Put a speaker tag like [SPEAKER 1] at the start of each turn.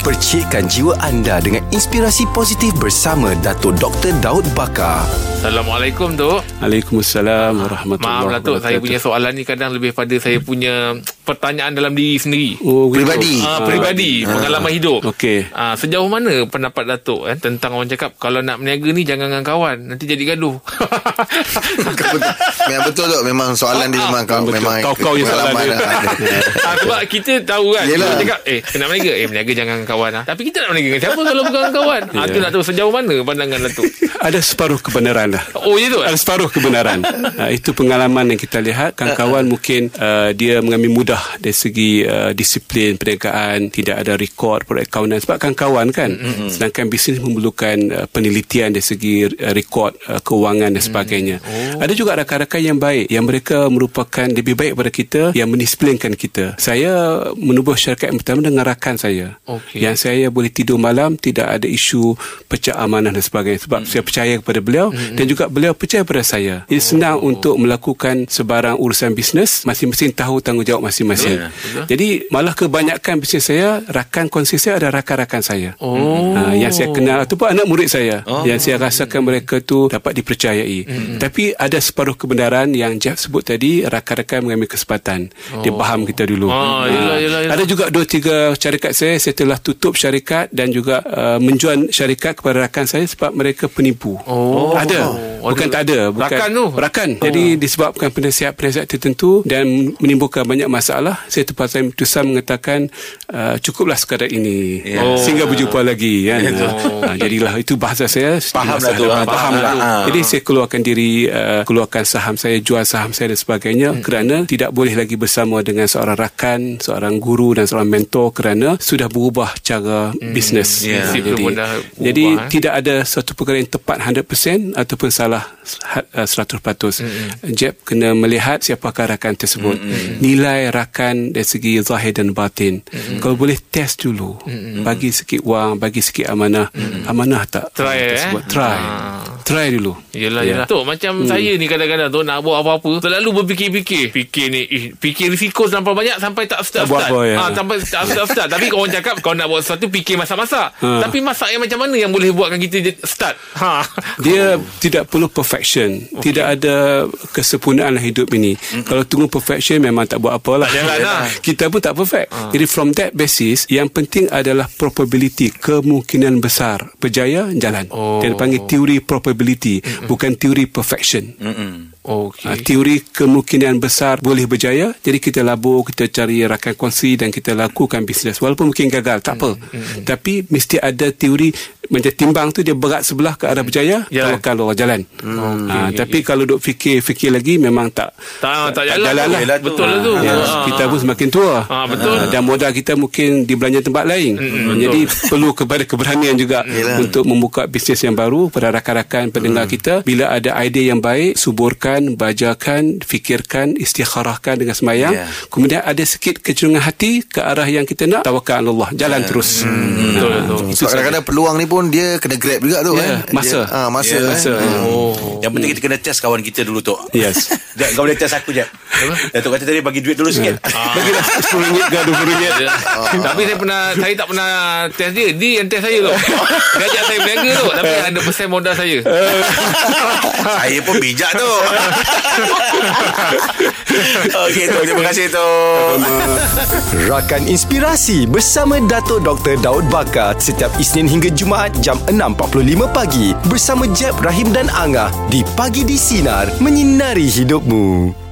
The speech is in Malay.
[SPEAKER 1] Percikkan jiwa anda dengan inspirasi positif bersama Dato' Dr. Daud Bakar.
[SPEAKER 2] Assalamualaikum Tok
[SPEAKER 3] Waalaikumsalam warahmatullahi
[SPEAKER 2] Maaf lah Tok Saya punya soalan ni kadang lebih pada Saya punya pertanyaan dalam diri sendiri
[SPEAKER 3] oh, gitu.
[SPEAKER 1] Peribadi.
[SPEAKER 2] Ah, Peribadi Pengalaman hidup
[SPEAKER 3] Okey.
[SPEAKER 2] Ah, Sejauh mana pendapat Datuk eh, Tentang orang cakap Kalau nak berniaga ni Jangan dengan kawan Nanti jadi gaduh
[SPEAKER 4] Memang betul tu Memang soalan dia memang kau
[SPEAKER 3] Betul.
[SPEAKER 4] memang
[SPEAKER 3] Kau-kau je soalan
[SPEAKER 4] pengalaman lah.
[SPEAKER 3] dia.
[SPEAKER 4] dah ada.
[SPEAKER 2] ah, Sebab kita tahu kan
[SPEAKER 4] Yelah.
[SPEAKER 2] Yelah. Orang cakap Eh nak berniaga Eh berniaga jangan dengan kawan lah. Tapi kita nak berniaga dengan siapa Kalau bukan dengan kawan yeah. ah, tu
[SPEAKER 3] Yeah.
[SPEAKER 2] nak tahu sejauh mana Pandangan Datuk
[SPEAKER 3] Ada separuh kebenaran lah
[SPEAKER 2] Oh ya Tok
[SPEAKER 3] Ada separuh kebenaran ha, Itu pengalaman yang kita lihat Kawan-kawan mungkin uh, Dia mengambil mudah Dari segi uh, disiplin Perniagaan Tidak ada rekod Perakaunan Sebab kawan-kawan kan mm-hmm. Sedangkan bisnes memerlukan uh, Penelitian dari segi uh, Rekod uh, Kewangan dan sebagainya oh. Ada juga rakan-rakan yang baik Yang mereka merupakan Lebih baik pada kita Yang mendisiplinkan kita Saya menubuh syarikat yang pertama Dengan rakan saya
[SPEAKER 2] Okey.
[SPEAKER 3] Yang saya boleh tidur malam tidak ada isu pecah amanah dan sebagainya sebab saya percaya kepada beliau dan juga beliau percaya pada saya. Ia senang untuk melakukan sebarang urusan bisnes masing-masing tahu tanggungjawab masing-masing. Jadi malah kebanyakan bisnes saya rakan kongsi saya ada rakan-rakan saya.
[SPEAKER 2] Oh.
[SPEAKER 3] Ha, yang saya kenal ataupun anak murid saya oh. yang saya rasakan mereka tu dapat dipercayai. Tapi ada separuh kebenaran yang Jeff sebut tadi rakan-rakan mengambil kesempatan. Dia faham kita dulu.
[SPEAKER 2] Ah,
[SPEAKER 3] Ha.
[SPEAKER 2] yelah, yelah, yelah.
[SPEAKER 3] Ada juga dua tiga syarikat saya saya telah tutup syarikat dan juga uh, menjual syarikat kepada rakan saya sebab mereka penipu.
[SPEAKER 2] Oh.
[SPEAKER 3] Ada.
[SPEAKER 2] Oh,
[SPEAKER 3] Bukan
[SPEAKER 2] ada.
[SPEAKER 3] tak ada, bukan
[SPEAKER 2] Rakan tu? Oh.
[SPEAKER 3] Rakan. Jadi disebabkan penasihat-penasihat tertentu dan menimbulkan banyak masalah, saya terpaksa bertusan mengatakan uh, cukuplah sekadar ini. Yeah.
[SPEAKER 2] Oh.
[SPEAKER 3] Oh. Sehingga berjumpa lagi kan. Oh. Ha, jadilah itu bahasa saya.
[SPEAKER 4] Faham
[SPEAKER 3] Bahasa-
[SPEAKER 4] lah tu, ah,
[SPEAKER 3] Faham
[SPEAKER 4] faham
[SPEAKER 3] lah.
[SPEAKER 4] lah.
[SPEAKER 3] Jadi saya keluarkan diri, uh, keluarkan saham saya, jual saham saya dan sebagainya hmm. kerana tidak boleh lagi bersama dengan seorang rakan, seorang guru dan seorang mentor kerana sudah berubah cara hmm. bisnes.
[SPEAKER 2] Ya.
[SPEAKER 3] Ha,
[SPEAKER 2] Prinsip tu
[SPEAKER 3] Jadi,
[SPEAKER 2] pun dah berubah,
[SPEAKER 3] jadi
[SPEAKER 2] eh.
[SPEAKER 3] tidak ada satu perkara yang tepat 100% ataupun salah ha- uh, 100%.
[SPEAKER 2] Hmm.
[SPEAKER 3] Mm-hmm. Jeb kena melihat siapakah rakan tersebut. Mm-hmm. Nilai rakan dari segi zahir dan batin. Mm-hmm.
[SPEAKER 2] Hmm.
[SPEAKER 3] Kalau boleh test dulu. Mm-hmm. Bagi sikit wang, bagi sikit amanah. Mm-hmm. Amanah tak?
[SPEAKER 2] Hmm. Try,
[SPEAKER 3] orang
[SPEAKER 2] eh?
[SPEAKER 3] tersebut? Try.
[SPEAKER 2] Ah.
[SPEAKER 3] Try dulu.
[SPEAKER 2] Yelah,
[SPEAKER 3] Ya.
[SPEAKER 2] yelah. Tok, macam hmm. saya ni kadang-kadang Tok nak buat apa-apa Selalu berfikir-fikir Fikir ni eh, Fikir risiko terlampau banyak Sampai tak start-start
[SPEAKER 3] buat apa, ya.
[SPEAKER 2] ha, Sampai tak start-start Tapi orang cakap Kau nak buat sesuatu Fikir masak-masak
[SPEAKER 3] Ha.
[SPEAKER 2] Tapi masak yang macam mana Yang boleh buatkan kita je- start ha.
[SPEAKER 3] Dia oh. tidak perlu perfection. Okay. Tidak ada kesempurnaan dalam hidup ini. Mm-hmm. Kalau tunggu perfection memang tak buat apalah.
[SPEAKER 2] Tak jalan lah.
[SPEAKER 3] Kita pun tak perfect.
[SPEAKER 2] Ah.
[SPEAKER 3] Ha. Jadi from that basis yang penting adalah probability, kemungkinan besar berjaya jalan.
[SPEAKER 2] Oh.
[SPEAKER 3] Dia panggil teori probability, mm-hmm. bukan teori perfection. Mm-hmm. Ha,
[SPEAKER 2] Okay
[SPEAKER 3] teori kemungkinan besar boleh berjaya. Jadi kita labur, kita cari rakan kongsi dan kita lakukan bisnes. Walaupun mungkin gagal, tak
[SPEAKER 2] Hmm,
[SPEAKER 3] apa. Tapi mesti ada teori macam timbang tu dia berat sebelah ke arah berjaya,
[SPEAKER 2] Jalan.
[SPEAKER 3] kalau kalau jalan.
[SPEAKER 2] Hmm. Ya. Okey,
[SPEAKER 3] Ha,
[SPEAKER 2] okey,
[SPEAKER 3] tapi kalau duk fikir fikir lagi memang tak
[SPEAKER 2] Tak, tak,
[SPEAKER 3] tak
[SPEAKER 2] jalan,
[SPEAKER 3] jalan
[SPEAKER 2] tu.
[SPEAKER 3] lah.
[SPEAKER 4] Yelah tu.
[SPEAKER 2] Betul lah tu
[SPEAKER 3] Ya,
[SPEAKER 2] Ha.
[SPEAKER 3] kita pun semakin tua.
[SPEAKER 2] Ah, betul.
[SPEAKER 3] Ah, dan modal kita mungkin dibelanja tempat lain.
[SPEAKER 2] Mm-mm,
[SPEAKER 3] Jadi perlu kepada keberanian juga untuk membuka bisnes yang baru pada rakan-rakan pendengar
[SPEAKER 2] Mm.
[SPEAKER 3] kita. Bila ada idea yang baik, suburkan, bajakan, fikirkan, istikharahkan dengan semayang.
[SPEAKER 4] Ya.
[SPEAKER 3] Kemudian ada sikit kecenderungan hati ke arah yang kita nak, tawakal Allah. Jalan terus.
[SPEAKER 2] Betul lah tu
[SPEAKER 4] Sebab kadang-kadang peluang ni pun Dia kena grab juga tu
[SPEAKER 3] Ya,
[SPEAKER 4] kan
[SPEAKER 3] masa.
[SPEAKER 4] Dia- ah, Masa
[SPEAKER 5] Ya,
[SPEAKER 4] kan?
[SPEAKER 3] Masa.
[SPEAKER 2] Oh
[SPEAKER 5] Yang penting kita kena test kawan kita dulu Tok
[SPEAKER 3] Yes.
[SPEAKER 5] Jap, kau boleh test aku Jap Datuk kata tadi bagi duit dulu sikit
[SPEAKER 3] Bagilah RM10 ke RM20.
[SPEAKER 2] Ya. Tapi saya pernah Saya tak pernah Test dia Dia yang test saya tu Gajak saya berniaga tu Tapi 100% modal saya
[SPEAKER 3] Ha.
[SPEAKER 5] Saya pun bijak tu Okey Tok Terima kasih Tok
[SPEAKER 1] Rakan Inspirasi bersama Dato' Dr. Daud Bakar setiap Isnin hingga Jumaat jam 6.45 pagi bersama Jeb, Rahim dan Angah di Pagi di Sinar menyinari hidupmu.